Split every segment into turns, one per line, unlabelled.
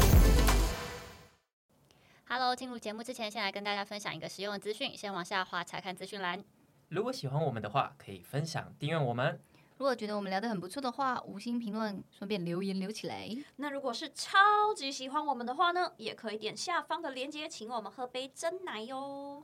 Hello，进入节目之前，先来跟大家分享一个实用的资讯。先往下滑查看资讯栏。
如果喜欢我们的话，可以分享、订阅我们。
如果觉得我们聊得很不错的话，五星评论，顺便留言留起来。
那如果是超级喜欢我们的话呢，也可以点下方的链接，请我们喝杯真奶哟。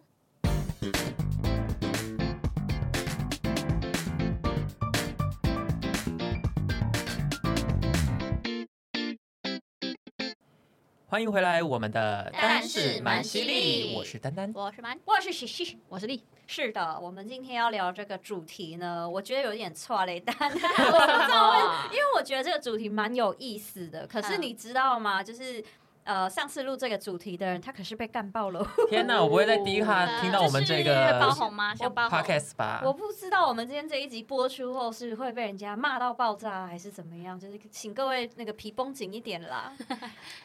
欢迎回来，我们的
但是蛮犀利
我是丹丹。
我是 蛮，
我是喜喜。
我是丽，
是的，我们今天要聊这个主题呢，我觉得有点错雷 蛋，因为我觉得这个主题蛮有意思的。可是
嗯
你知道吗？就是呃，上次录这个主题的人，他可是被干爆了。
天哪，我不会在第一
呃
下听到我们
是
这个哦
爆红吗？像爆红
podcast 吧？
我不知道我们今天这一集播出后是会被人家骂到爆炸，还是怎么样？就是请各位那个皮绷紧一点啦。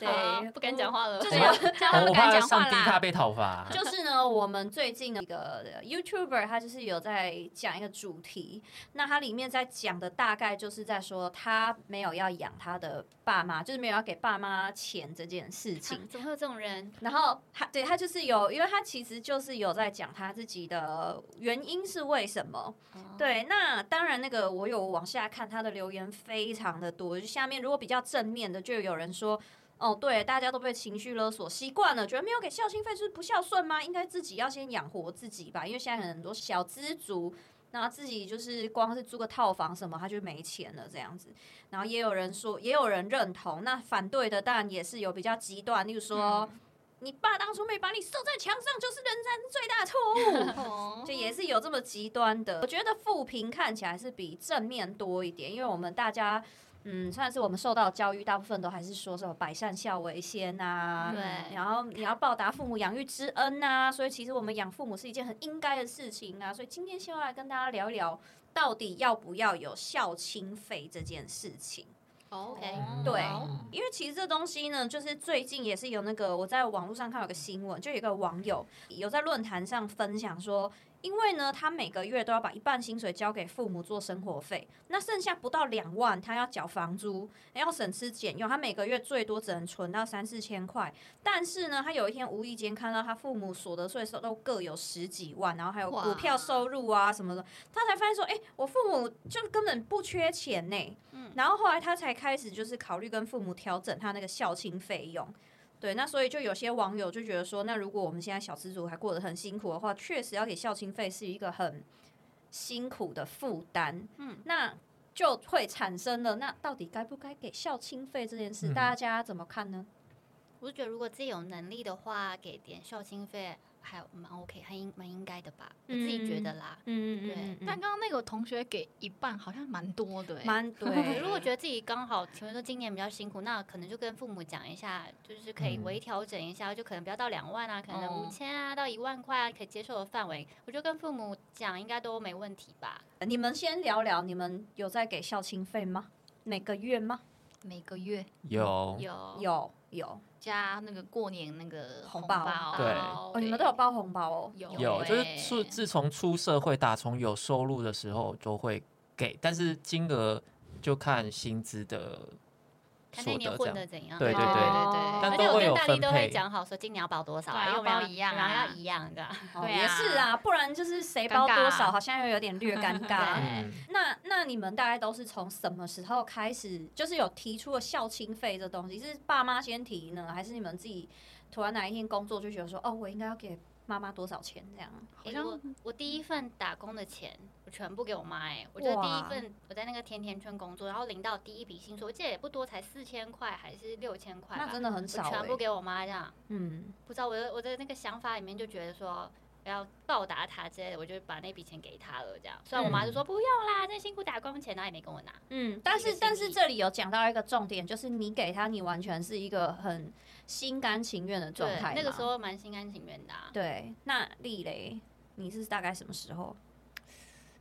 对
好，不敢 讲话了，
就是
要
这样他
我
不
我
敢
怕
讲话
上第一
啦
卡。被讨伐。
就是呢，我们最近的一个 YouTuber，他就是有在讲一个主题，那他里面在讲的大概就是在说他没有要养他的爸妈，就是没有要给爸妈钱这件事情
啊。怎么会有这种人？
然后他对他就是有，因为他其实就是有在讲他自己的原因是为什么。
哦
对，那当然那个我有往下看他的留言非常的多，就下面如果比较正面的，就有人说。哦，对，大家都被情绪勒索习惯了，觉得没有给孝心费就是不孝顺吗？应该自己要先养活自己吧，因为现在很多小资族，然后自己就是光是租个套房什么，他就没钱了这样子。然后也有人说，也有人认同，那反对的当然也是有比较极端，例 如说，
嗯
你爸当初没把你射在墙上，就是人生最大 错误。
哦
就也是有这么极端的。我觉得负评看起来是比正面多一点，因为我们大家。嗯，算是我们受到的教育，大部分都还是说什么“百善孝为先”呐，
对
然后你要报答父母养育之恩呐、所以其实我们养父母是一件很应该的事情啊。所以今天希望来跟大家聊一聊，到底要不要有孝亲费这件事情。
，OK，
嗯
对
好
因为其实这东西呢，就是最近也是有那个我在网络上看有个新闻，就有一个网友有在论坛上分享说，因为呢他每个月都要把一半薪水交给父母做生活费，那剩下不到两万，他要缴房租，要省吃俭用，他每个月最多只能存到三四千块。但是呢，他有一天无意间看到他父母所得税收都各有十几万，然后还有
哇
股票收入啊什么的，他才发现说，哎、我父母就根本不缺钱呢、
嗯
然后后来他才开始就是考虑跟父母调整他那个孝亲费用。对，那所以就有些网友就觉得说，那如果我们现在小资族还过得很辛苦的话，确实要给孝亲费是一个很辛苦的负担。嗯，那就会产生了，那到底该不该给孝亲费这件事，
嗯
大家怎么看呢？
我就觉得如果自己有能力的话，给点孝心费还蛮 OK，还应蛮应该的吧，我自己觉得啦。
嗯
对
嗯
但刚刚那个同学给一半，好像蛮多的、欸，
蛮 对。
如果觉得自己刚好，比如说今年比较辛苦，那可能就跟父母讲一下，就是可以
嗯
微调整一下，就可能不要到两万啊，可能
哦
五千啊到一万块啊，可以接受的范围。我觉得跟父母讲应该都没问题吧。
得你们先聊聊，你们有在给孝亲费吗？每个月吗？
每个月
有
有
有有哦
加那个过年那个
红
包，
包
对
哦，你们都有包红包哦。
有
有，
欸
就是自自从出社会打从有收入的时候就会给，但是金额就看薪资的
看那
所
年
得这
混
样。
的怎样。啊
对对对
哦
但
而
都
且我
会
跟
有
大力
分
都会
配
讲好说今年要包多少啊，
对啊
因为我们要
包一样啊
然后要一样的。
哦
对
也
啊
是啊，不然就是谁包多少，好像又有点略尴尬
啊 对。
嗯，
那那你们大概都是从什么时候开始，就是有提出了孝亲费这东西？是爸妈先提呢，还是你们自己突然哪一天工作就觉得说，哦，我应该要给妈妈多少钱这样？
好
诶
像
哎我我第一份打工的钱，我全部给我妈哎、我觉得第一
哇
份我在那个甜甜圈工作，然后领到第一笔薪水，我记得也不多，才四千块还是六千块
那
吧，
真的很
我
少、
全部
欸。
给我妈这样。
嗯，
不知道我的我的那个想法里面就觉得说，要报答他之类的，我就把那笔钱给他了。这样，虽然我妈就说不用啦，这辛苦打工钱，她也没跟我拿。
嗯，但
一个
是
心
但是
意
这里有讲到一个重点，就是你给他，你完全是一个很心甘情愿的状
对
态嘛。，
那个时候蛮心甘情愿的、啊。
对，那丽蕾，你是大概什么时候？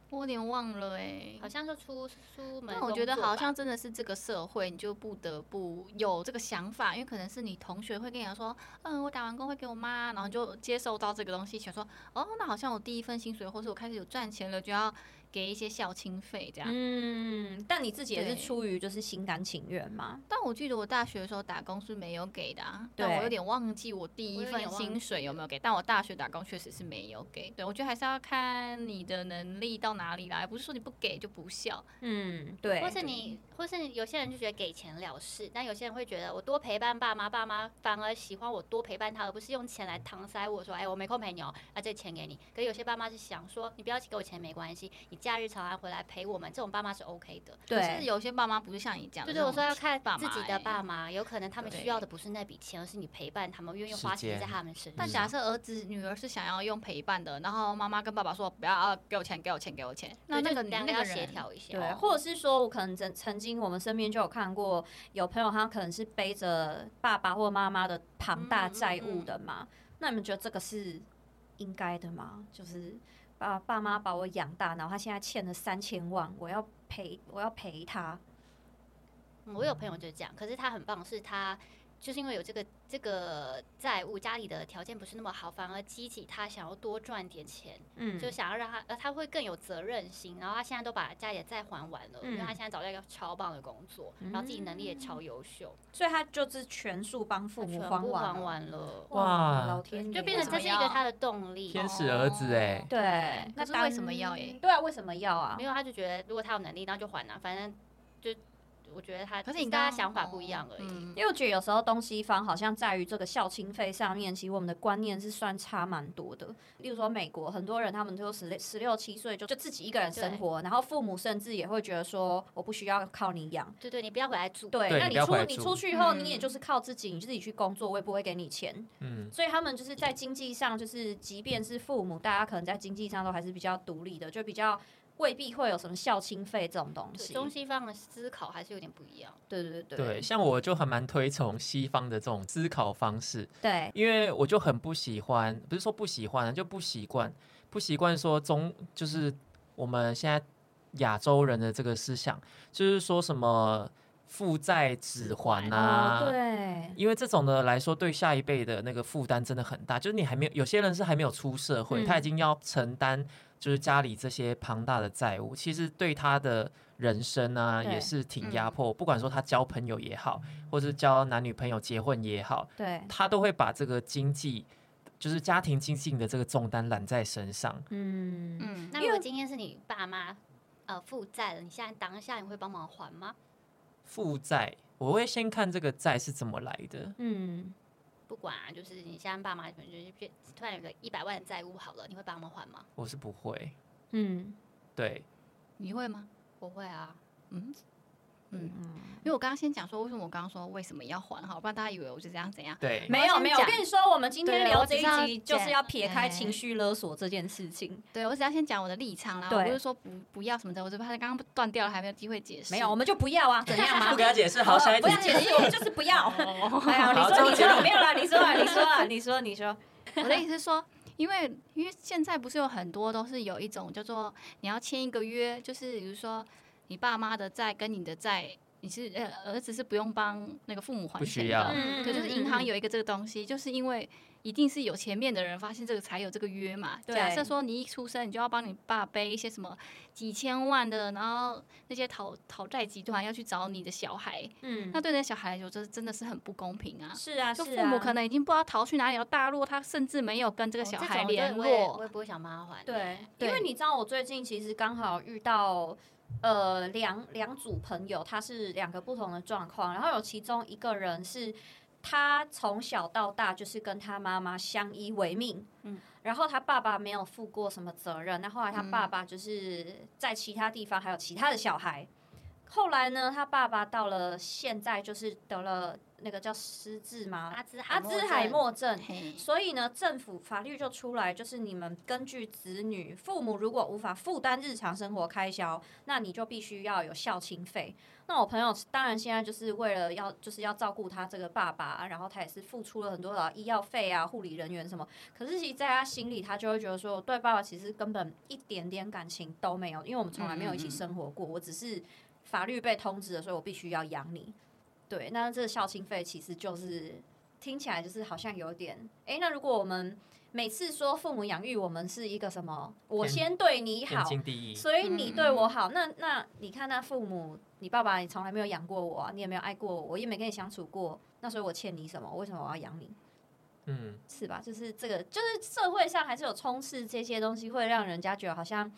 我有点忘了哎、
好像就出出门，
但我觉得好像真的是这个社会，你就不得不有这个想法，因为可能是你同学会跟你讲说，嗯，我打完工会给我妈，然后就接受到这个东西，想说，哦，那好像我第一份薪水，或是我开始有赚钱了，就要给一些孝亲费这样。
啊
嗯，但你自己也
对
是出于就是心甘情愿嘛。
但我记得我大学的时候打工是没有给的、啊，
对
但我有点忘记我第
我
一
有
份
点忘
薪水有没有给。但我大学打工确实是没有给。对，我觉得还是要看你的能力到哪里来，不是说你不给就不孝。
嗯，对，
或是你，或是有些人就觉得给钱了事，但有些人会觉得我多陪伴爸妈，爸妈反而喜欢我多陪伴他，而不是用钱来搪塞我说，哎，我没空陪你哦，啊，这钱给你。可是有些爸妈是想说，你不要给我钱没关系，你假日长安回来陪我们，这种爸妈是 OK 的。
可是
对，
有些爸妈不是像你讲的
对
那
对，
种，
我说要看
爸
自己
妈
的
欸
爸妈，有可能他们需
对
要的不是那笔钱，而是你陪伴他们，愿意
时
花钱在
间
他们身
但
上。
假设儿子女儿是想要用陪伴的，然后妈妈跟爸爸说不要啊，给我钱，给我钱，给我钱，那
对
那
就
个
两
那
个
个
要
人
协调一下。哦
对，或者是说，我可能曾曾经我们身边就有看过，有朋友他可能是背着爸爸或妈妈的庞大
嗯
债务的嘛。那你们觉得这个是应该的吗？就是爸爸妈把我养大，然后他现在欠了三千万，我要赔，我要赔他。
嗯我有朋友就是这样，可是他很棒，是他就是因为有这个这个债务，家里的条件不是那么好，反而激起他想要多赚点钱，
嗯
就想要让他呃他会更有责任心。然后他现在都把家里的债还完了，因为他
嗯
现在找到一个超棒的工作，然后自己能力也
嗯
超优秀，
所以他就是全数帮父母
全
还
部还
完。
完了，
哇
老天爷，
就变成这
为什
是
么
一个
要
他的动力。
天使儿子哎
哦
对，
可是
当
为什么要欸耶？
嗯
对啊，为什么要啊
没？有，他就觉得如果他有能力，那就还啊，反正就我觉得他，
可
只
是你
大家
刚
想法
哦
不一样而已。
嗯
因为我觉得有时候东西方好像在于这个孝亲费上面，其实我们的观念是算差蛮多的。例如说美国，很多人他们就十六十六七岁就就自己一个人生活，然后父母甚至也会觉得说我不需要靠你养。
对对，你不要回来住。
对，
对
那
你不
你
要回
出
来
你
住
出去以后，
嗯
你也就是靠自己，你自己去工作，我也不会给你钱。
嗯，
所以他们就是在经济上，就是即便是父母，大家可能在经济上都还是比较独立的，就比较未必会有什么孝亲费这种东
对
西。
中西方的思考还是有点不一样。
对对对
对，像我就还蛮推崇西方的这种思考方式，
对，
因为我就很不喜欢，不是说不喜欢，啊就不习惯，不习惯说中就是我们现在亚洲人的这个思想，就是说什么父债子还啊，
哦对，
因为这种的来说，对下一辈的那个负担真的很大。就是你还没有，有些人是还没有出社会，
嗯
他已经要承担就是家里这些庞大的债务，其实对他的人生啊
对
也是挺
嗯
压迫。不管说他交朋友也好，或是交男女朋友、结婚也好，
对，
他都会把这个经济，就是家庭经济的这个重担揽在身上。
嗯
嗯，
那如果今天是你爸妈呃负债了，你现在当下你会帮忙还吗？
负债，我会先看这个债是怎么来的。
嗯，
不管啊，就是你现在爸妈可能就是变突然有个一百万的债务好了，你会帮忙还吗？
我是不会，
嗯，
对，
你会吗？
我会啊，
因为我刚刚先讲说，为什么我刚刚说为什么要还好，不然大家以为我就这样怎样。
对，
没有没有，我
讲
跟你说，我们今天
对
聊
我
这
只
一
是要
集就是
讲
要撇开
哎
情绪勒索这件事情。
对我只要先讲我的立场啦，
对
我不是说不不要什么的，我就怕他刚刚断掉了，还没有机会解释。
没有，我们就不要啊，怎样嘛？
不给他解释。好，下一
哦不
题
要。解释，我们就是不要。哎呀，你
好
说
终
你
结
说没有啦，你说啦，你说啊啦，你说你说，
我的意思是说，因为因为现在不是有很多都是有一种叫做你要签一个约，就是比如说你爸妈的债跟你的债，你是呃儿子是不用帮那个父母还
不需
钱
要
的，
嗯
对，就是银行有一个这个东西，就是因为一定是有前面的人发现这个才有这个约嘛。
对
假设说你一出生，你就要帮你爸背一些什么几千万的，然后那些讨讨债集团要去找你的小孩，
嗯
那，对那小孩来说，这真的是很不公平啊。
是啊，
就是父
啊，
母可能已经不知道逃去哪里了，大陆他甚至没有跟这个小
哦
孩
种对
联
我也
络
我，也不会想帮他还。
对，因
对
为你知道，我最近其实刚好遇到呃两两组朋友，他是两个不同的状况，然后有其中一个人是。他从小到大就是跟他妈妈相依为命，嗯
嗯，
然后他爸爸没有负过什么责任，那后来他
嗯
爸爸就是在其他地方还有其他的小孩，后来呢，他爸爸到了现在就是得了那个叫失智吗？
阿兹
阿兹海
默
默症
症，。嘿
所以呢，政府法律就出来，就是你们根据子女父母如果无法负担日常生活开销，那你就必须要有孝亲费。那我朋友当然现在就是为了要就是要照顾他这个爸爸，然后他也是付出了很多的医药费啊、护理人员什么。可是其实在他心里，他就会觉得说，我对爸爸其实根本一点点感情都没有，因为我们从来没有一起生活过，我只是法律被通知了，所以我必须要养你。对，那这个孝亲费其实就是听起来就是好像有点，诶，那如果我们每次说父母养育我们是一个什么，我
天
先对你
天
好，
经地义。
所以你对我好，那那你看那父母，你爸爸也从来没有养过我、啊，你也没有爱过我，我也没跟你相处过，那所以我欠你什么？为什么我要养你？
嗯，
是吧？就是这个，就是社会上还是有充斥这些东西，会让人家觉得好像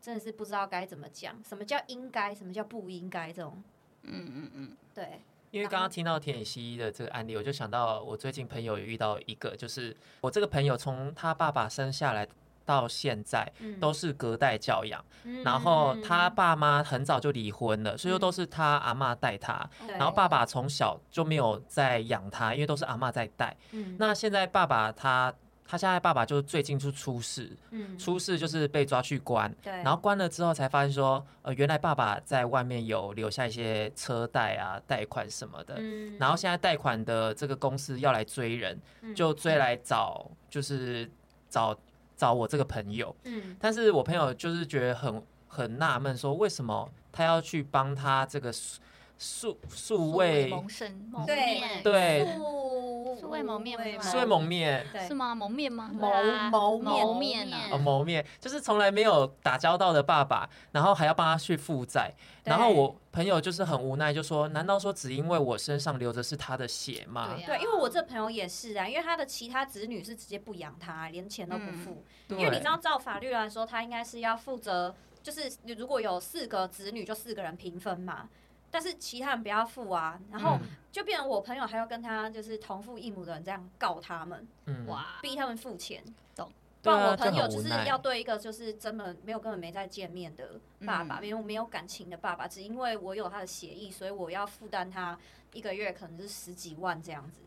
真的是不知道该怎么讲，什么叫应该，什么叫不应该这种。
嗯嗯嗯，
对，
因为刚刚听到田野西的这个案例，我就想到我最近朋友也遇到一个，就是我这个朋友从他爸爸生下来到现在
嗯
都是隔代教养，
嗯
然后
嗯
他爸妈很早就离婚了，所以说都是他阿妈带他，
对
然后爸爸从小就没有在养他，因为都是阿妈在带。
嗯
那现在爸爸他他现在爸爸就是最近就出事，
嗯
出事就是被抓去关，
对，
然后关了之后才发现说，呃，原来爸爸在外面有留下一些车贷啊、贷款什么的。
嗯
然后现在贷款的这个公司要来追人，
嗯
就追来找，就是找找我这个朋友。
嗯
但是我朋友就是觉得很很纳闷，说为什么他要去帮他这个数数数位
萌生萌
对
面，
对
素
素未谋面不是吗
数位蒙面
对
是吗？蒙面吗？
对啊
谋面
谋面啊
嗯
呃谋面，就是从来没有打交道的爸爸，然后还要帮他去负债，然后我朋友就是很无奈，就说难道说只因为我身上流的是他的血吗
对？啊
对，因为我
嗯
这朋友也是啊，因为他的其他子女是直接不养他，连钱都不付。
对，
因为你知道，照法律来说，他应该是要负责，就是你如果有四个子女，就四个人平分嘛。但是其他人不要付啊，然
嗯
后就变成我朋友还要跟他就是同父异母的人这样告他们，
嗯，嗯，
哇，
逼他们付钱。不
对
然
啊，
我朋友就
很无
是
奈
要对一个就是根本没有根本没再见面的爸爸，
嗯
没有没有感情的爸爸，只因为我有他的协议，所以我要负担他一个月可能是十几万这样子，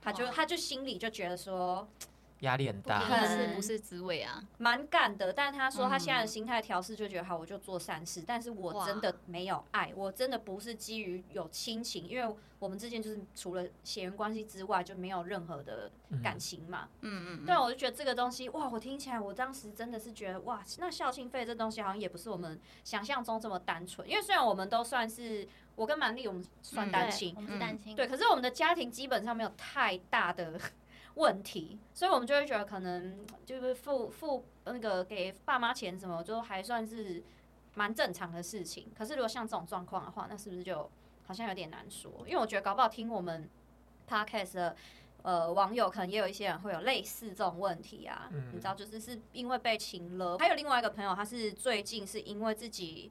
他就
哇
他就心里就觉得说
压力很大
不，
可
一
能
定是不是滋味啊？
蛮干的，但他说他现在的
嗯
心态调试就觉得好，我就做善事，但是我
哇
真的没有爱，我真的不是基于有亲情，因为我们之间就是除了血缘关系之外就没有任何的感情嘛，
嗯嗯，
对，啊
嗯，
我就觉得这个东西，哇，我听起来，我当时真的是觉得，哇，那校庆费这东西好像也不是我们想象中这么单纯。因为虽然我们都算是我跟曼丽，我们算
嗯
单
对
亲
我，们是
嗯
单亲，
对，可是我们的家庭基本上没有太大的 问题，所以我们就会觉得可能就是付付呃那个给爸妈钱什么，就还算是蛮正常的事情。可是如果像这种状况的话，那是不是就好像有点难说？因为我觉得搞不好听我们 podcast 的。呃，网友可能也有一些人会有类似这种问题啊，
嗯
你知道，就是是因为被情了。还有另外一个朋友，他是最近是因为自己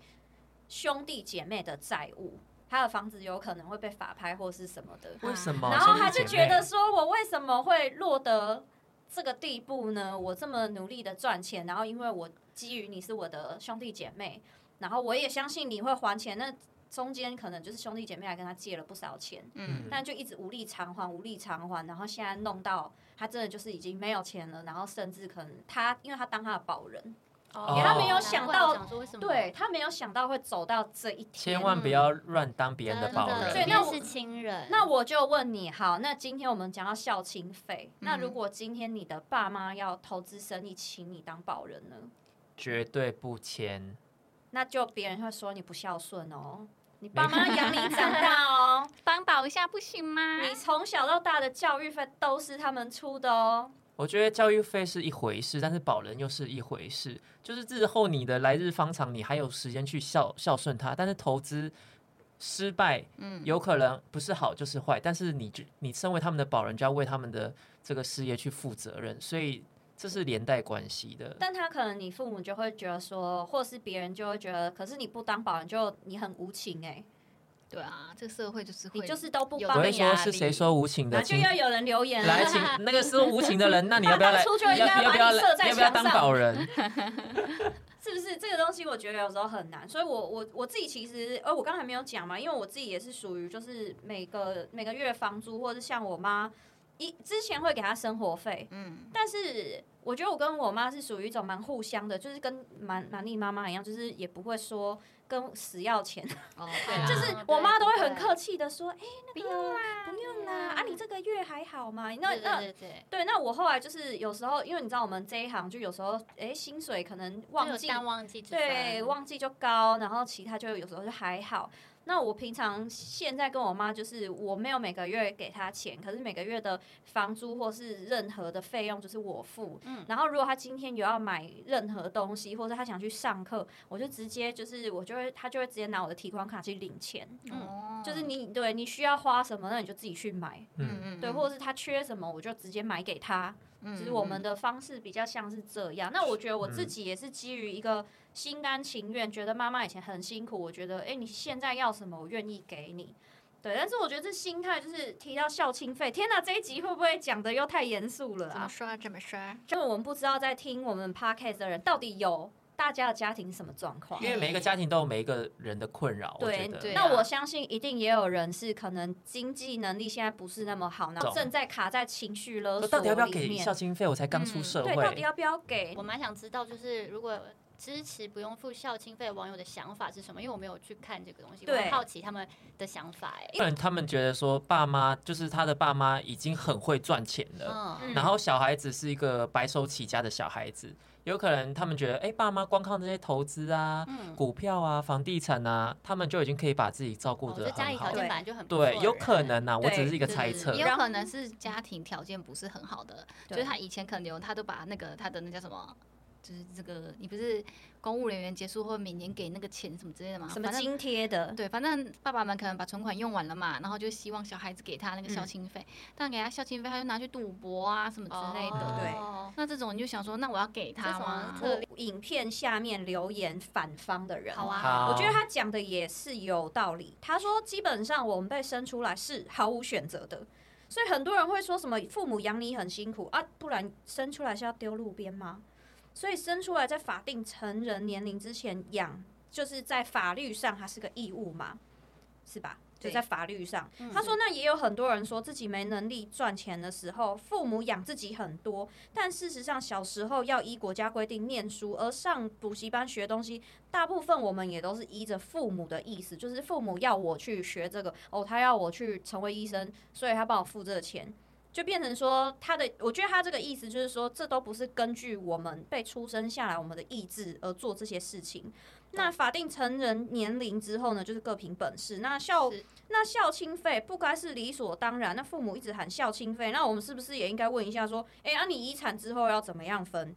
兄弟姐妹的债务，他的房子有可能会被法拍或是什么的，
为什么？
然后
哦兄弟
他就
姐
觉
妹
得说，我为什么会落得这个地步呢？我这么努力的赚钱，然后因为我基于你是我的兄弟姐妹，然后我也相信你会还钱，那中间可能就是兄弟姐妹还跟他借了不少钱，
嗯，
但就一直无力偿还，无力偿还，然后现在弄到他真的就是已经没有钱了，然后甚至可能他因为他当他的保人，
因
哦
为他没有
想
难怪
到
我想说为什么
对他没有想到会走到这一天，
千万不要乱当别人的
真
保
的
所以
人。
那
因
我
为是亲人，
那我就问你，好，那今天我们讲到孝亲费，那
嗯
如果今天你的爸妈要投资生意，请你当保人呢？
绝对不签。
那就别人会说你不孝顺哦，你爸妈养你长大哦，
帮保一下不行吗？
你从小到大的教育费都是他们出的哦。
我觉得教育费是一回事，但是保人又是一回事。就是日后你的来日方长，你还有时间去孝孝顺他，但是投资失败，
嗯
有可能不是好就是坏，但是你就你身为他们的保人，就要为他们的这个事业去负责任，所以这是连带关系的。
但他可能你父母就会觉得说，或是别人就会觉得，可是你不当保人就你很无情哎、
对啊，这个社会就是会
你
嗯
就是都不
有
帮
我
你
会
啊
说是谁说无情
那
的，
就
请
要有人留言
来
了。
请那个是无情的人，那你要不要来？
当初就应
要
该
要
把
不要
你射
来？
在
要不要
墙
当
上
保人？
是不是这个东西？我觉得有时候很难，所以我我我自己其实，呃，我刚才没有讲嘛，因为我自己也是属于就是每个每个月房租，或者像我妈一之前会给她生活费，
嗯，
但是我觉得我跟我妈是属于一种蛮互相的，就是跟蛮蛮丽妈妈一样，就是也不会说跟死要钱，
哦，
啊
就是我妈都会很客
气，
气的说，哎、
不
那个不用啦，啊，你啊这个月还好吗？那
对
那
对对，
对，那我后来就是有时候，因为你知道我们这一行就有时候，哎，薪水可能忘
就
记
有，淡旺季之分，
对，忘记就高，然后其他就有时候就还好。那我平常现在跟我妈就是，我没有每个月给她钱，可是每个月的房租或是任何的费用就是我付。
嗯
然后如果她今天有要买任何东西，或者她想去上课，我就直接就是我就会她就会直接拿我的提款卡去领钱。
嗯
就是你对你需要花什么，那你就自己去买。
嗯，
对，或者是他缺什么，我就直接买给他。
嗯
就是我们的方式比较像是这样。那我觉得我
嗯
自己也是基于一个心甘情愿，觉得妈妈以前很辛苦，我觉得哎、诶你现在要什么，我愿意给你。对，但是我觉得这心态就是提到校庆费，天哪，这一集会不会讲的又太严肃了
怎么
啊？
说啊？怎么说啊？
因为我们不知道在听我们 podcast 的人到底有大家的家庭是什么状况
因。为每一个家庭都有每一个人的困扰，我觉
对，
得
对
那
啊
我相信一定也有人是可能经济能力现在不是那么好，然后
懂
正在卡在情绪勒
那
索
到底要不要
里
给
面
孝经费？我才刚出
嗯
社
对，到底
会，
要不要给
我？蛮想知道，就是如果支持不用付校庆费，网友的想法是什么？因为我没有去看这个东西，我
对
很好奇他们的想法、欸。
不然他们觉得说爸妈就是他的爸妈已经很会赚钱了，
嗯，
然后小孩子是一个白手起家的小孩子，有可能他们觉得，哎，爸妈光靠这些投资啊、
嗯，
股票啊、房地产啊，他们就已经可以把自己照顾
我觉
得
得家
很
里
好
条
对
件本哦来就很不错的
对
人，
有可能呐、我只是一个
对
猜
对
测
也。有
然
可能是家庭条件不是很好的，就是他以前可能有他都把那个他的那叫什么，就是这个你不是公务人员结束后每年给那个钱什么之类的吗？
什么
啊反正
津贴的？
对，反正爸爸们可能把存款用完了嘛，然后就希望小孩子给他那个孝
嗯
亲费，但给他孝亲费，他就拿去赌博啊什么之类的。
哦
对
哦
那这种你就想说，那我要给他吗
这？种
我啊影片下面留言反方的人，
好啊
好，
我觉得他讲的也是有道理。他说，基本上我们被生出来是毫无选择的，所以很多人会说什么父母养你很辛苦啊，不然生出来是要丢路边吗？所以生出来在法定成人年龄之前养，就是在法律上它是个义务嘛，是吧？就
对
在法律上，
嗯
他说那也有很多人说自己没能力赚钱的时候，父母养自己很多，但事实上小时候要依国家规定念书，而上补习班学东西，大部分我们也都是依着父母的意思，就是父母要我去学这个，哦，他要我去成为医生，所以他帮我付这个钱。就变成说他的，我觉得他这个意思就是说，这都不是根据我们被出生下来我们的意志而做这些事情。那法定成人年龄之后呢，就是各凭本事。那孝
是
那孝亲费不该是理所当然？那父母一直喊孝亲费，那我们是不是也应该问一下说，哎、啊，你遗产之后要怎么样分？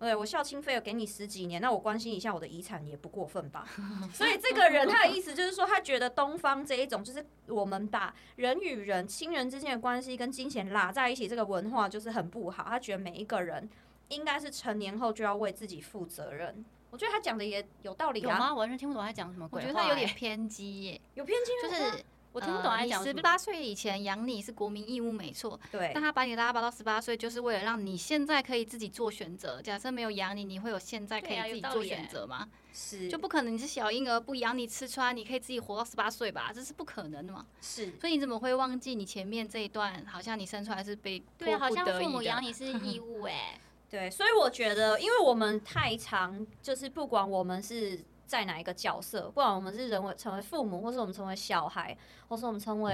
对我孝亲费有给你十几年，那我关心一下我的遗产也不过分吧？ 所以这个人他的意思就是说，他觉得东方这一种就是我们把人与人、亲人之间的关系跟金钱拉在一起，这个文化就是很不好。他觉得每一个人应该是成年后就要为自己负责任。我觉得他讲的也有道理
有
啊，
吗？我完全听不懂他讲什么
我
鬼
觉
话、欸
得他有点偏激耶，
有偏见
就
吗
是
我听不懂他
呃
讲什
你
么
十八岁以前养你是国民义务没错，
对
但他把你拉拔到十八岁，就是为了让你现在可以自己做选择。假设没有养你，你会有现在可
对
以
啊
自己
有道
做
理耶
选择吗？
是
就不可能你是小婴儿不养你吃穿，你可以自己活到十八岁吧？这是不可能的嘛。
是
所以你怎么会忘记你前面这一段？好像你生出来是被
对啊，
迫
好
不
像
得
父
已
母
的
养你是义务哎、
对，所以我觉得，因为我们太常就是不管我们是在哪一个角色，不管我们是人为成为父母，或是我们成为小孩，或是我们成为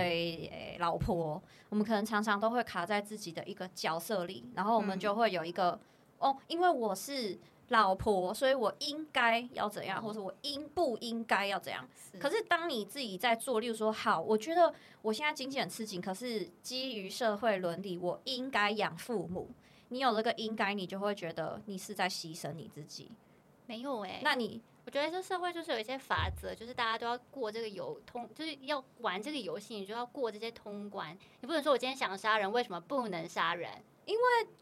诶、老婆，我们可能常常都会卡在自己的一个角色里，然后我们
嗯
就会有一个、哦，因为我是老婆，所以我应该要怎样，或者我应不应该要怎样。可是当你自己在做，例如说，好，我觉得我现在经济很吃紧，可是基于社会伦理，我应该养父母。你有这个应该，你就会觉得你是在牺牲你自己。
没有哎、
那你
我觉得这社会就是有一些法则，就是大家都要过这个游通，就是要玩这个游戏，你就要过这些通关。你不能说我今天想杀人，为什么不能杀人？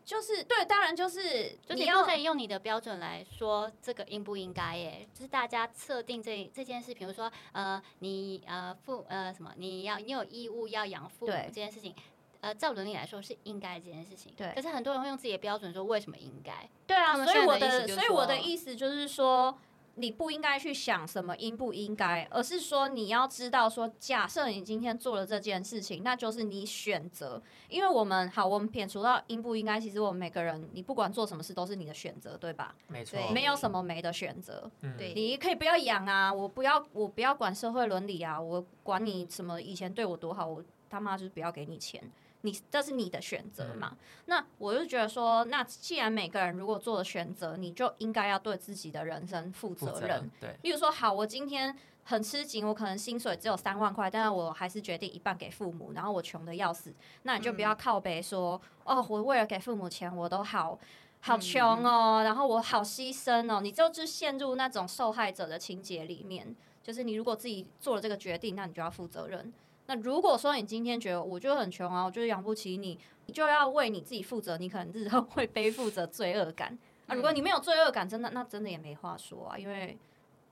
就是对，当然就是
就
你
你
要
不可以用你的标准来说这个应不应该耶，就是大家测定这这件事，比如说呃，你呃父呃什么，你要你有义务要养父母
对
这件事情，呃，照伦理来说是应该这件事情。
对
可是很多人会用自己的标准说为什么应该？
对啊，
他们
所以
现在
我
的意
的
思就是
所以我的
说
意思就是说，你不应该去想什么应不应该，而是说你要知道说，假设你今天做了这件事情，那就是你选择。因为我们好，我们撇除到应不应该，其实我们每个人，你不管做什么事都是你的选择，对吧？
没错，
对
没有什么没的选择，
嗯
对
你可以不要养啊，我不要我不要管社会伦理啊，我管你什么以前对我多好，我他妈就是不要给你钱。你这是你的选择嘛？那我就觉得说，那既然每个人如果做了选择，你就应该要对自己的人生负
负
责任。
对，
例如说，好，我今天很吃紧，我可能薪水只有三万块，但是我还是决定一半给父母，然后我穷的要死，那你就不要靠北说，哦，我为了给父母钱，我都好。好穷哦，然后我好牺牲哦，你就是陷入那种受害者的情节里面。就是你如果自己做了这个决定，那你就要负责任。那如果说你今天觉得我就很穷啊，我就是养不起你，你就要为你自己负责，你可能日后会背负着罪恶感。啊，如果你没有罪恶感，真的那真的也没话说啊，因为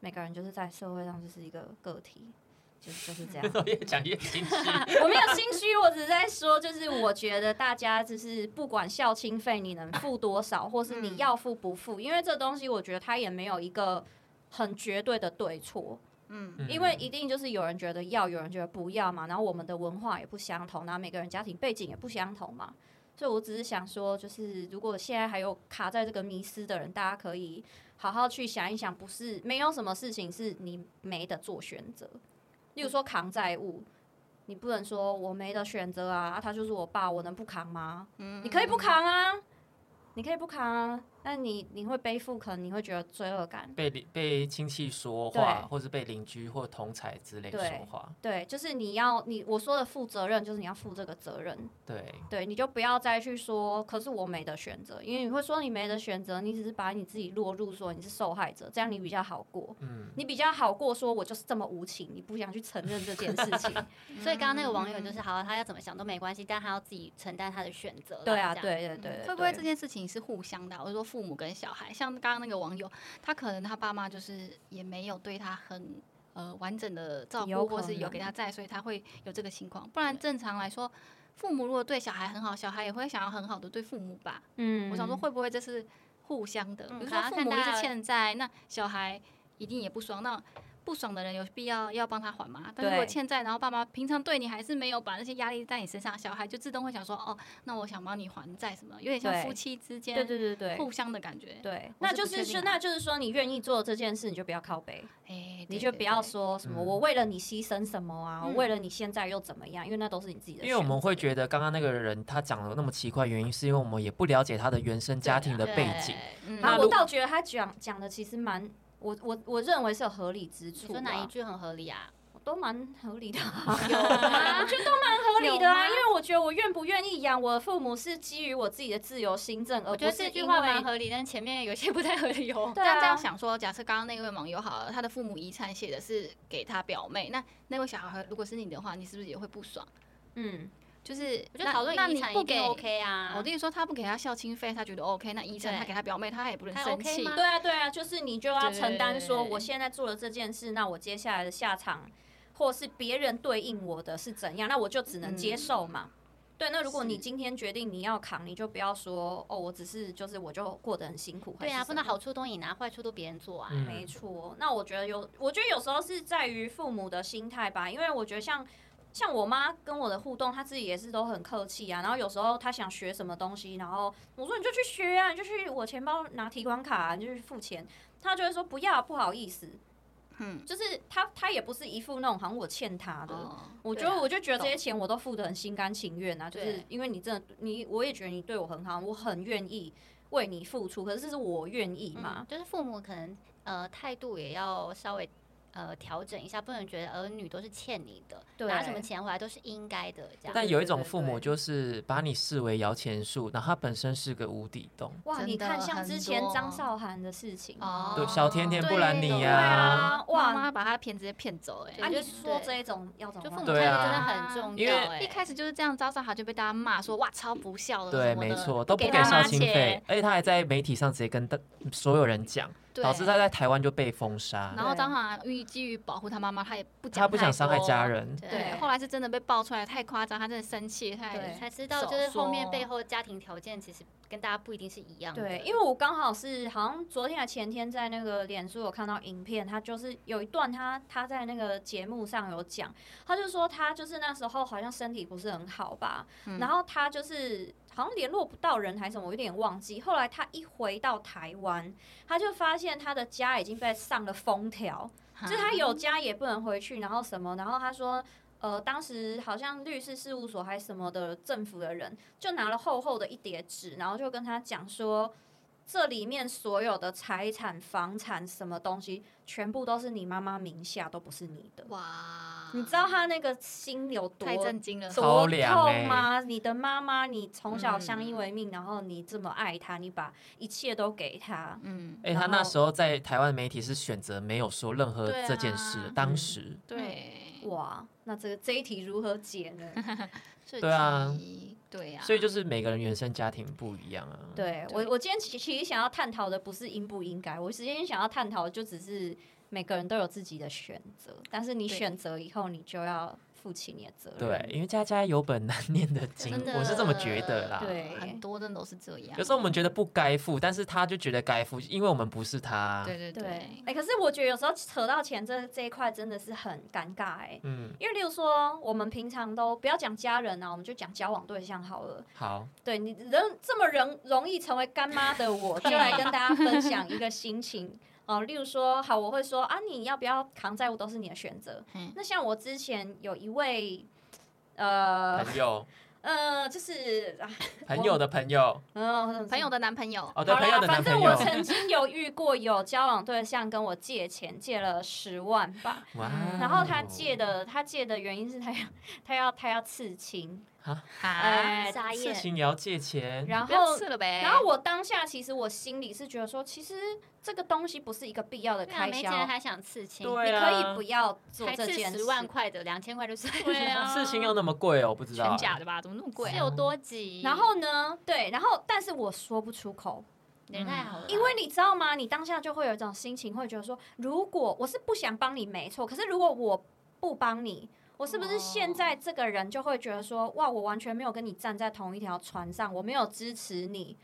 每个人就是在社会上就是一个个体，就是就是 这样。
越讲越清晰。
我没有心虚，我只是在说，就是我觉得大家就是不管校庆费你能付多少，或是你要付不付，因为这东西我觉得它也没有一个很绝对的对错，
嗯，
嗯
因为一定就是有人觉得要，有人觉得不要嘛，然后我们的文化也不相同，然后每个人家庭背景也不相同嘛。所以我只是想说，就是如果现在还有卡在这个迷失的人，大家可以好好去想一想，不是没有什么事情是你没得做选择。例如说扛债务，你不能说我没得选择啊，啊他就是我爸，我能不扛吗？
嗯
你可以
嗯
不扛啊，你可以不扛啊，但你你会背负，可能你会觉得罪恶感。
被邻被亲戚说
对
话，或是被邻居或同才之类
对
说话，
对，就是你要你我说的负责任，就是你要负这个责任。
对，
对，你就不要再去说，可是我没得选择，因为你会说你没得选择，你只是把你自己落入说你是受害者，这样你比较好过，
嗯，
你比较好过说我就是这么无情，你不想去承认这件事 情。
所以刚刚那个网
嗯
友就是，好、啊，他要怎么想都没关系，但他要自己承担他的选择啦。
对啊，
这样
对对对对，
嗯会不会这
对
件事情是互相的啊、我说父母跟小孩，像刚刚那个网友，他可能他爸妈就是也没有对他很呃完整的照
有
顾，或
可
是有
能
给他在，所以他会有这个情况。不然正常来说，父母如果对小孩很好，小孩也会想要很好的对父母吧。
嗯
我想说，会不会这是互相的？
嗯
比如
可
说
能
父
看
母
大
一
家
直欠债，那小孩一定也不爽，那不爽的人有必要要帮他还吗？但是如果
对
欠债，然后爸妈平常对你还是没有把那些压力在你身上，小孩就自动会想说，哦，那我想帮你还债什么，有点像
对
夫妻之间
对对对对
互相的感觉。
对，
我
那
是
就
不确
是
定
说，
啊
那就是说，你愿意做这件事，你就不要靠背，
哎，对
你就不
对
要。
对
说什么
嗯
我为了你牺牲什么啊，我
嗯
为了你现在又怎么样，因为那都是你自己的。
因为我们会觉得刚刚那个人他讲的那么奇怪，原因是因为我们也不了解他的原生家庭的
啊
背景。
对嗯
然
那
后
如
啊我倒觉得他讲讲的其实蛮，我我我认为是有合理之
你
处、啊。
说哪一句很合理 啊？
都蛮合理的、啊
有吗？
合理的啊，
有吗
因为我觉得我愿不愿意养我的父母是基于我自己的自由心证，而
我觉
不
得
是
这句
因
话蛮
为
合理，但前面有些不太合理 哦。
对
但这
啊
样，想说，假设刚刚那位网友好了，他的父母遗产写的是给他表妹，那那位小孩如果是你的话，你是不是也会不爽？
嗯，
就是
我觉得
那
讨论
那
遗
你
产
不
一
给
定 OK 啊。
我跟哦你说，他不给他孝亲费，他觉得 OK。那医生
对
他给他表妹，他也不能
他
生
OK
气。
吗
对啊，对啊，就是你就要承担说
对
我现在做了这件事，那我接下来的下场，或是别人对应我的是怎样，那我就只能接受嘛。
嗯
对，那如果你
是
今天决定你要扛，你就不要说哦，我只是就是我就过得很辛苦。
对
还
啊，
是
不
什
能
么
好处都你拿，坏处都别人做啊。
嗯
没错，那我觉得有，我觉得有时候是在于父母的心态吧，因为我觉得像像我妈跟我的互动，她自己也是都很客气啊。然后有时候她想学什么东西，然后我说你就去学啊，你就去我钱包拿提款卡啊、你就去付钱，她就会说不要，不好意思。
嗯，
就是她她也不是一副那种好像我欠她的。
哦，
我
对
就、
啊
我就觉得这些钱我都付得很心甘情愿啊，就是
对
因为你真的你我也觉得你对我很好，我很愿意为你付出，可是这是我愿意嘛，
嗯，就是父母可能呃态度也要稍微呃调整一下，不能觉得儿女都是欠你的，
对
拿什么钱回来都是应该的这样。
但
对
有
对
一种
对
父母就是把你视为摇钱树，然后他本身是个无底洞，
哇，
真
你
的
看像之
很
前张
多
韶涵的事情，
哦
对，小甜甜不拦你
对
呀、
啊
哇，
哇
妈妈把他的骗直接骗走，
啊，
哎，
你
就
说
对
这一种要怎
就
么
父母
办？
态度
对
真
啊
的很重
因为
要、欸。
一开始就是这样，招上他就被大家骂说哇超不孝的，
对，
什么
没
的
错，都不
给
给
他
孝
妈
亲
钱
费，而且他还在媒体上直接跟大所有人讲，
对
导致他在台湾就被封杀。
然后当然，于基于保护他妈妈，他也不讲，
他不想伤害家。人，
对，后来是真的被爆出来，太夸张，他真的生气，他
对
也
才知道，
少
就是后面
说
背后的家庭条件其实跟大家不一定是一样的。
对，因为我刚好是好像昨天还前天在那个脸书有看到影片，他就是有一段他他在那个节目上有讲，他就说他就是那时候好像身体不是很好吧，
嗯
然后他就是好像联络不到人还是什么，我有点忘记。后来他一回到台湾，他就发现他的家已经被上了封条，
啊
就是他有家也不能回去，然后什么，然后他说。呃，当时好像律师事务所还什么的，政府的人就拿了厚厚的一叠纸，然后就跟他讲说，这里面所有的财产、房产什么东西，全部都是你妈妈名下，都不是你的。
哇，
你知道他那个心有多
太震惊了，
超
多
凉欸
痛吗？你的妈妈，你从小
嗯
相依为命，然后你这么爱她，你把一切都给她，
嗯，
哎，他
然
那
后
时候在台湾媒体是选择没有说任何
对啊
这件事，
嗯
当时
对，
哇，那这个这一题如何解呢？
这
对啊
集，对啊，
所以就是每个人原生家庭不一样啊。
对我，我今天其其实想要探讨的不是应不应该，我今天想要探讨的就只是每个人都有自己的选择，但是你
对
选择以后，你就要负起你的责任。
对，因为家家有本 难念的经
真，的
我是这么觉得啦。
对啊
很多人都是这样，
有时候我们觉得不该付，但是他就觉得该付，因为我们不是他。
对对
对，哎、可是我觉得有时候扯到钱这这一块真的是很尴尬哎、
嗯，
因为例如说我们平常都不要讲家人啊，我们就讲交往对象好了。
好，
对你人这么容容易成为干妈的我，就来跟大家分享一个心情哦。例如说，好，我会说啊，你要不要扛债务都是你的选择。
嗯
那像我之前有一位，呃
朋 友，
呃，就是啊
朋友的朋友，
嗯，
朋友的男朋友，
哦，对，
好
朋友
啦，
的
反
男
正
朋
我
友。
曾经有遇过有交往对象跟我借钱，借了十万吧。
哇
嗯
哦
嗯然后他借的，他借的原因是他要他要他要刺青，哎
哎，
傻
事
眼，
情也要借钱，
然
不要
后
吃了
哎
呗，
然后我当下其实我心里是觉得说，其实这个东西不是一个必要的
对啊，
开
没
销，
钱还想刺青，
对
你可
啊
以不要做
还
这
刺
件事。
十万块的，两千块就 算
对
了，
啊，
事情要那么贵哦，我不知道
全。假的吧？怎么那么贵
是
啊？
有多急？
然后呢？对，然后但是我说不出口，
人太好了，
因为你知道吗？你当下就会有一种心情，会觉得说，如果我是不想帮你，没错，可是如果我不帮你，我是不是现
哦
在这个人就会觉得说，哇，我完全没有跟你站在同一条船上，我没有支持你，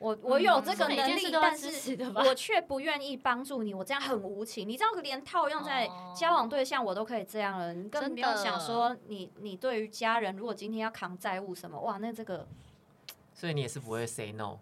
我我有
嗯
这
是
个
每
能
件
力，
事都要
但
支
是
持的吧？
我却不愿意帮助你，我这样很无情。你知道，连套用在
哦
交往对象我都可以这样了，你更
真
不用
的
想说你你对于家人，如果今天要扛债务什么，哇，那这个
所以你也是不会 say no。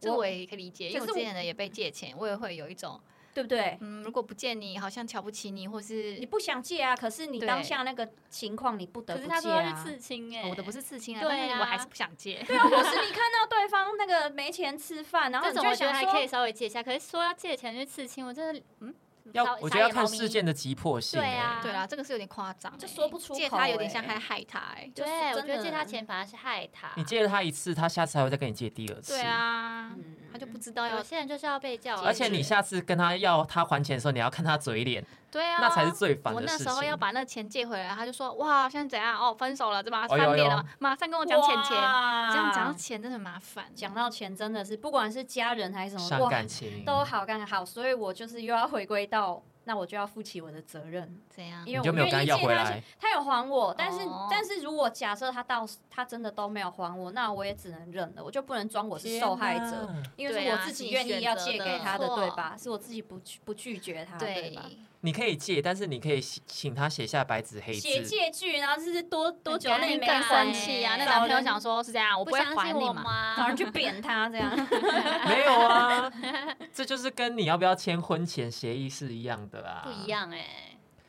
这
我
我也可以理解，因为
可
我
是
之
我
前的也被借钱，我也会有一种，
对不对？
嗯，如果不借你，好像瞧不起你，或
你
是
不想借啊，可是你
对
当下那个情况你不得
可
不
是
借啊。哦
他说要去刺青，哎，
我的不是刺青啊，
对
但是我还
啊
是不想借。
对啊，或是你看到对方那个没钱吃饭，然后
这
你就
种我
会
觉得
想
还
说
可以，稍微借一下，可是说要借钱去刺青，我真的嗯，
要
傻
我觉得要
傻眼
看
猫咪
事件的急迫性、
对
欸
啊
对啦，这个是有点夸张欸，
就说不出
借
口
他有点像
欸
在害他，哎，
就是
对，我
真
觉得
的
借他钱反而是害他。
你借了他一次，他下次还会再跟你借第二次。
对。啊，
嗯
他就不知道
哦有
要，
些人就是要被教育，
而且你下次跟他要他还钱的时候，你要看他嘴脸，
对啊，
那才是最烦
我
的
那
事情。
时候要把那钱借回来，他就说哇，现在怎样？哦，分手了，对吧？
哎呦
翻脸
哎
了
呦
嘛，马上跟我讲钱钱，
哇
这样讲到钱真的很麻烦。
讲到钱真的是，不管是家人还是什么，
伤
哇
感，情，
都好干好，所以我就是又要回归到，那我就要负起我的责任，
怎样？
因
啊你
为我
就没有跟
愿
他
意
要
借
回
他钱
来。
他有还我，但是、
哦
但是如果假设他到他真的都没有还我，那我也只能认了，我就不能装我是受害
天
者，
哪。
因为
对
是我
啊
自
是
己
你
愿
选
意要
择
借
的
给他的，
错
对吧？是我自己不拒不拒绝他，对
对
吧？
你可以借，但是你可以请请他写下白纸黑
写
字。
借据，然后是多多久内
你
没
尴
更
尬
还
欸
生气啊！那
找
男朋友
人
想说是这样，我
不
会
相
还
信
你
我
嘛。
找
吗
人？去扁他这样。
没有啊，这就是跟你要不要签婚前协议是一样的啊。
不一。样哎。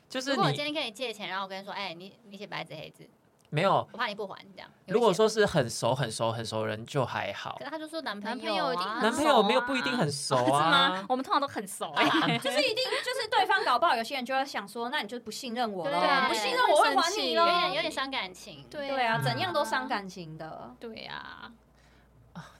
就是
如果我
你
今天跟你借钱，然后我跟你说，哎，你你写白纸黑字，
没有，
我怕你不还，这样。有
如果
一些，
说是很熟、很熟、很熟的人就还好
可，是他就说男
男
朋
朋友
友
一定
啊
很
男朋
熟
友没有
啊
不一定很熟
是吗
啊？。
我们通常都很熟啊，
就是一定就是对方搞不好，有些人就会想说，那你就不信任我
对
了，
啊
你不信任我会还你
有点
吗
喽
啊有。点伤感情。
对
欸对啊，
嗯
怎样都伤感情 的。
对啊，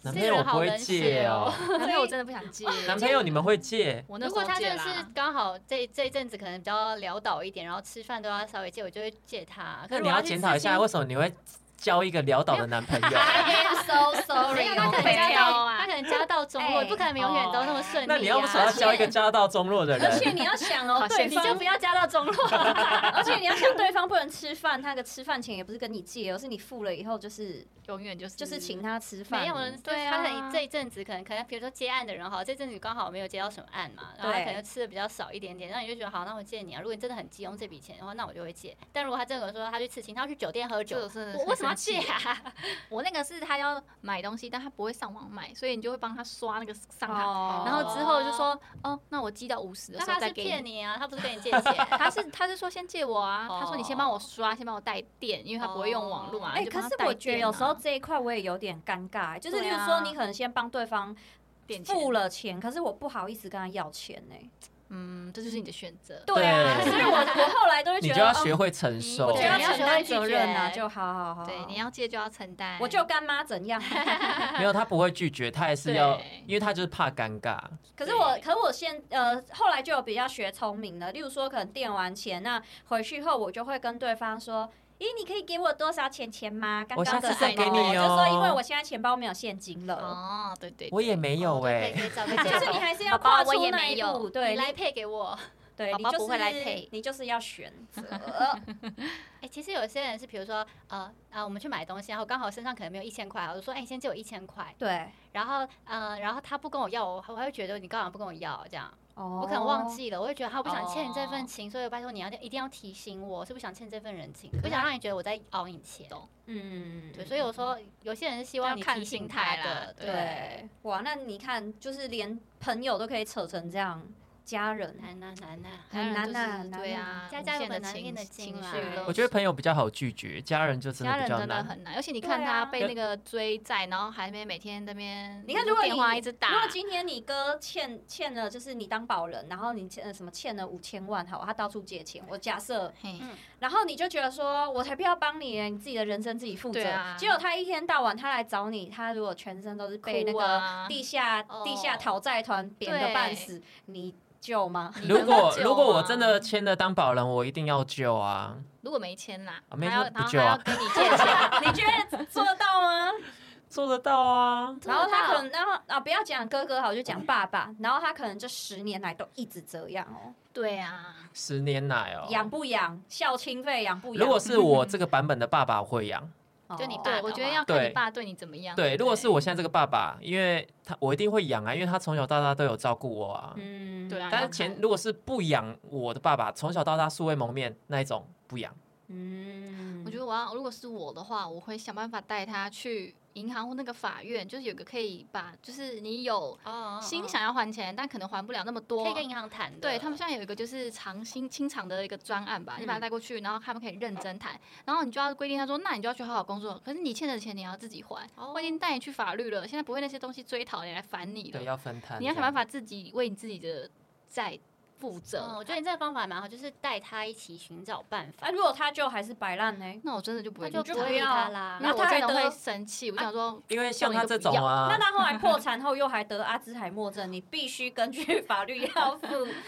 男朋友我不会借哦，
男朋友我真的不想借。
男朋友你们会借？
我那
如
时
果
候
他
借
真的
啦，
是刚好这这一阵子可能比较潦倒一点，然后吃饭都要稍微借，我就会借他。可
那
是
你
我
要
去
检
刺
讨一下，
青
为什么你会交一个潦倒的男朋友？
I am so
没
sorry，
有，他
我
可
跟
能
你
被
加
挑
到
啊
他可能加到中落，
哎
不可能永远都那么顺利、啊。
那你要不想要交一个家道中落的
而且
人？
你要想哦，
好
对
羡
你就
方
不，要加到中落，
而且你要想对方不能吃饭，他的吃饭钱也不是跟你借，而是你付了以后就是
永远就是
就是请他吃饭。
没有人
对
他
啊
可能这一阵子可能可能，比如说接案的人哈，这阵子刚好没有接到什么案嘛，然后他
对
可能吃的比较少一点点，那你就觉得好，那我借你啊。如果你真的很急用这笔钱的话，那我就会借。但如果他真的说他去刺青，他要去酒店喝酒
这，种真的
我
是
为什么要
很生
借
气
啊？
我那个是他要买东西，但他不会上网买，所以你就会帮他刷那个上卡，
哦
然后之后就说哦，那我积到五十的
那
时候
他
再
是
给
骗
你。
你啊，他不是跟你借钱。 啊
他是他是说先借我啊，
哦
他说你先帮我刷，先帮我带电，因为他不会用网络嘛。
哎、
你就
可
帮他
是
带
我觉得
电
有时候
啊
这一块我也有点尴尬，哎就是例
对
如
啊
说你可能先帮对方
电钱
付，了钱，可是我不好意思跟他要钱呢、
嗯，这就是你的选择。
对啊，
对
所以我我后来都会
你
觉
就
得，
要
哦
学会承受
我
对
觉得要
你要
承
学
担
会拒
责任啊，
绝
就好好好。
对，你要借就要承担。
我就干妈怎样？
没有，他不会拒绝，他也是要
对，
因为他就是怕尴尬。
可是我，可是我现呃，后来就有比较学聪明了，例如说可能垫完钱，那回去后我就会跟对方说。咦，你可以给我多少钱钱吗？刚
我
刚
下
的
次再
爱
给
我
你
就说
哦
因为我现在钱包没有现金了，
哦，对对，
我也 没有
对
哎、
可以找个
就
借
是
口
你。还是
宝
要
宝
跨
我
出
也
那
没
一
有
步，
你
对，
来配给我。
对
宝
你
宝
就
不会来
是
配
你就是要选 择。
哎、其实有些人是，比如说，呃啊，我们去买东西，然后刚好身上可能没有一千块，我就说，哎、你先借我一千块。
对，
然后，呃，然后他不跟我要，我还我还会觉得你干嘛不跟我要啊这样？
哦
我可能忘，记了，我会觉得他啊我不想欠你这份
哦
情，所以拜托你要一定要提醒我，是不想欠这份人情，不想让你觉得我在熬你钱。
嗯
对，所以有时候有些人是希望
要
你
看
提醒
心
他
态
的
啦，
对，
对，哇，那你看，就是连朋友都可以扯成这样，家人
难难难难。
还有人
很
就是
难呐
对
难
啊，
家
无
家有
限
本
的
难念
情
的
情
经啦
绪
对
勒
我觉得
索
朋友比较好拒绝，家人就真
家
的比
人
较
真的
难。
很难，而且你
对
看
啊
他被
要
那个追债，然后还没每天那边，
你看，如果
电话
你
一直打，
如果今天你哥欠欠了，就是你当保人，然后你欠了什么欠了五千万，好，他到处借钱，我假设，
嘿
嗯
然后你就觉得说，我才不要帮你耶，你自己的人生自己负责。
对啊
结果他一天到晚他来找你，他如果全身都是被那
哭
个
啊
地下、
哦
地下讨债团扁的
对
半死，你救吗？
你
如
能
果
救
如果我
吗
真的签了当保人，我一定要救啊！
如果没签啦，
啊没
还要
签不
然后还
救
要
啊
跟你借 钱，
你觉得做得到 吗？
做得到啊！
然
做得
后他
到
可能，然后啊，不要讲哥哥好，就讲爸爸。然后他可能这十年来都一直这样哦，
对啊，
十年来哦，
养不养？孝亲费养不养？
如果是我这个版本的爸爸，我会养。
哦
就你爸啊
对，
的
我觉
话
得要看
对
你爸对你怎么样。
对，如果是我现在
在，
这个爸爸，因为他我一定会养啊，因为他从小到大都有照顾我啊。
嗯
对啊，
但
要
是前
看
如果是不养我的爸爸，从小到大素未谋面那一种不养，
嗯
我觉得我要如果是我的话，我会想办法带他去银行或那个法院，就是有个可以把，就是你有
哦
心想要还钱，但可能还不了那么多
可以，跟银行谈的，
对他们现在有一个就是长新清偿的一个专案吧，你把他带过去，然后他们可以认真谈，然后你就要规定他说，那你就要去好好工作，可是你欠的钱你要自己还，
哦
我已经带你去法律了，现在不会那些东西追讨你来烦你
对，
了，
要分摊。
你要想办法自己为你自己的债负
嗯，
责
我。觉得你这个方法还蛮好，就是带他一起寻找办法
啊，，如果他就还是摆烂呢？
那我真的就不会啊理
那
他，
就
不
不会理
要
他啦。
然
那
后我
他还
这种
得
会生气，我想说，
因为像他这种
那
啊，
他后来破产后又还得阿兹海默症，你必须根据法律要 付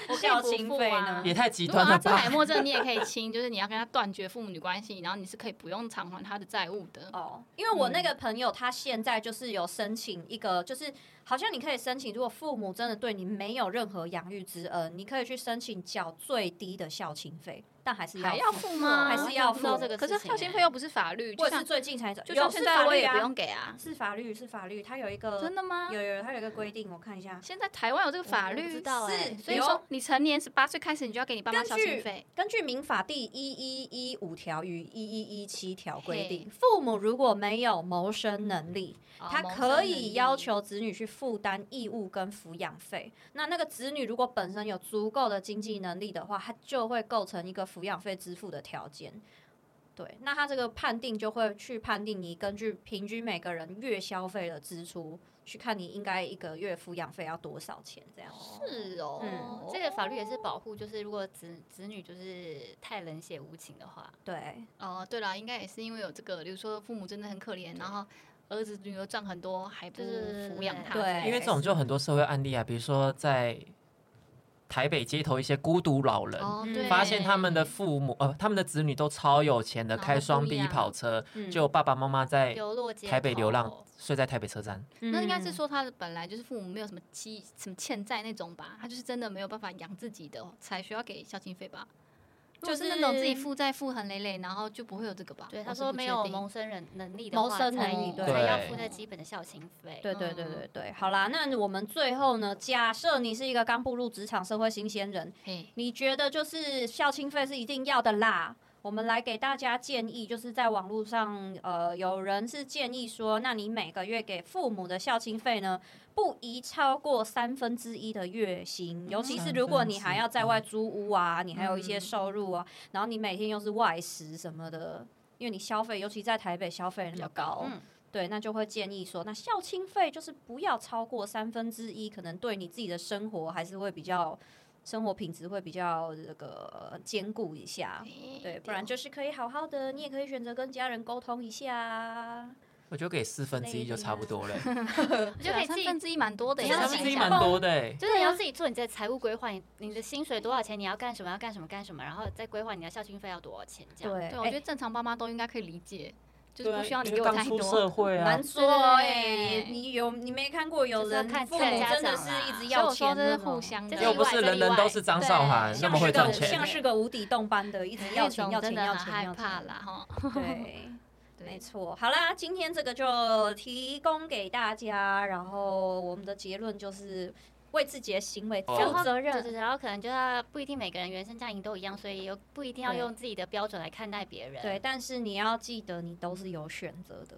我
孝
可以
亲
不付
费
啊
呢
也。太极
如果
端了
阿兹海
吧？
默症你也 可以清，就是你要跟他断绝父母女关系，然后你是可以不用偿还他的债务的。
哦，因为我那
嗯
个朋友他现在就是有申请一个，就是好像你可以申请，如果父母真的对你没有任何养育之恩，你可以去申请缴最低的孝亲费，但还是
还
要
要
付。
付吗？
还是要
我不知道这个
可是
事情
孝心费又欸不是法律，
我
就
也是
像
最近才找，
就
有
像
是
现
法
在我
律
也
啊
不用给啊。
是法律是法律，它有一个
真的啊吗
有？有有它有一个规定，我看一下。
现在台湾有这个法
我不知
律，
道哎、
是
所以
欸有
说你成年十八岁开始，你就要给你爸妈
根
孝
据
心费。
根据民法第一一一五条与一一一七条规定
嘿，
父母如果没有谋生能力，
哦
他可以要，求子女去负担义务跟抚养费。那那个子女如果本身有足够的经济能力的话，他就会构成一个抚养费支付的条件。对，那他这个判定就会去判定你根据平均每个人月消费的支出，去看你应该一个月抚养费要多少钱这样。
谋生能力是哦
嗯，
这个法律也是保护，就是如果子子女就是太冷血无情的话，
对，
哦，对了，应该也是因为有这个，比如说父母真的很可怜，然后儿子女儿赚很多还不
对对对对
抚养他，
对
因为这种就很多社会案例啊，比如说在台北街头一些孤独老人，
哦，
嗯
对，
发现他们的父母呃他们的子女都超有钱的，
然后
开
不
双
一
逼
样
跑车，
嗯
就爸爸妈妈在
流落街
台北流浪
头，
睡在台北车 站。
嗯
嗯
那应该是说他的本来就是父母没有什么积什么欠债那种吧，他就是真的没有办法养自己的，才需要给孝敬费吧。
如
就
果
是那种自己
是
负债负很累累，然后就不会有这个吧。
对，
我
他
是
说
不
没
确
有
定
谋生人能力的
谋
话
生
才
能力对
才要
对
付那基本的孝亲费。
对对对
嗯
对对，好啦，那我们最后呢，假设你是一个刚步入职场社会新鲜人，
嘿，
你觉得就是校庆费是一定要的啦。我们来给大家建议，就是在网络上，呃，有人是建议说，那你每个月给父母的孝亲费呢，不宜超过三分之一的月薪，尤其是如果你还要在外租屋啊，你还有一些收入啊，然后你每天又是外食什么的，因为你消费，尤其在台北消费那么高，
嗯
对，那就会建议说，那校庆费就是不要超过三分之一，可能对你自己的生活还是会比较生活品质会比较这个呃兼顾一下。对，不然就是可以好好的，你也可以选择跟家人沟通一下。
我觉得给四分之一就差不多了欸，
你
就
就可以自
三
己
分之一蛮多的耶，
对
三
要
分
请
之一
假
蛮多的欸。
就是你
啊
要自己做你的财务规划，你你的薪水多少钱，你要干什么，要干什么，干什么，然后再规划你的校庆费要多少钱，这样。
对，
对，我
哎
觉得正常爸妈都应该可以理解，就是
对啊
不需要你
因
给
为
我
刚
太
出社
多。
会 啊
难，说哦哎、
对
你有你没看过有
就是要
人
看
父母
看家
真的
长
是
啦
一直
所以
要
我说
钱
这是
的
互
嘛，
相
这
的，
是
又不
意外
是
这
人
例
人
外
都是张韶涵，
像
那么会
是个
赚
无
钱。
像是个无底洞般的，一直
哎那
要
种
钱要
真
钱
的
要
很
钱
害
要
怕
钱。
啦哈。
对。没
对，
错，好啦，今天这个就提供给大家，然后我们的结论就是为自己的行为
哦
负责任。
对对对然后可能就要不一定每个人原生家庭都一样，所以又不一定要
对
用自己的标准来看待别人。
对，，但是你要记得，你都是有选择的，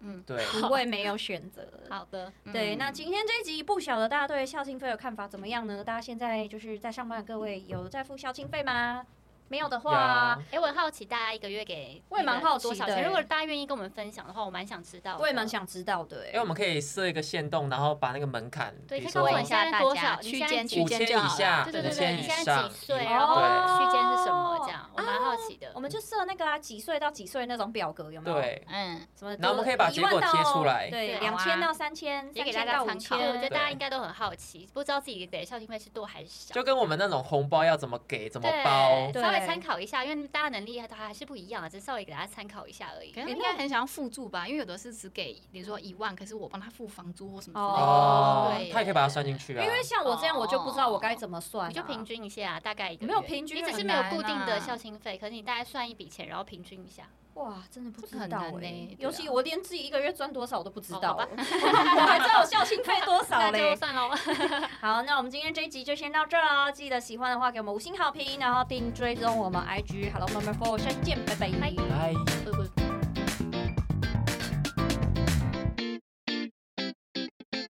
嗯，
对，
不会没有选择的。
好的，
对，
嗯
那今天这一集不晓得大家对校庆费的看法怎么样呢？大家现在就是在上班的各位，有在付校庆费吗？没有的话，
呀
哎，我很好奇大家一个月给
我也蛮好奇
多少
的
钱？如果
欸
大家愿意跟我们分享的话，我蛮想知道。
我也蛮。想知道的、
因为
哎
我们可以设一个限动，然后把那个门槛，
对，
比
可以告诉我
如说
问
你
一
现
下
在多少？
大家
你
区
现在
间
几
区
五
间
千
就好
以
了
下，
对对对
啊五
对，
千
你
以
现在
上
几，岁？
一
然后
哦
区间是什么？这样，我蛮好奇的。
我们就设那个啊，几岁到几岁那种表格有没有？，
对，
嗯，
什么
然
多？
后我们可以把结果贴出来
1万到对，
对
两
好啊
千到三千，
也
三
给
千
大家
到五
参考
对，我
千
觉得。大家
对
应该都很好奇，不知道自己给的孝敬费是多还是少。
就跟我们那种红包要怎么给、怎么
对，
包，
对
稍微参考一下，因为大家能力还还是不一样啊，只是稍微给大家参考一下而已
可。能应该很想要附注吧，因为有的是只给，比如说一万，可是我帮他付房租或什么之类的。
哦
对，
他也可以把它算进去啊。
因为
哦
像我这样，我就不知道我该怎么算、啊。
你就平均一下，大概一个
没有
月
平均
你只
很
是没有
难
固定的
啊
孝亲费，可是你大概算一笔钱，然后平均一下。
哇，真的不知
这很
道
难
哎、
呢
尤
对啊
其我连自己一个月赚多少我都不知
哦
道，欸
好 吧
我还知道我校庆费多少
那
嘞
就。算喽。
好，那我们今天这一集就先到这儿哦。记得喜欢的话给我们五星好评，然后订追踪我们 IG Hello Number Four，下期见，拜拜
拜。拜。
不不不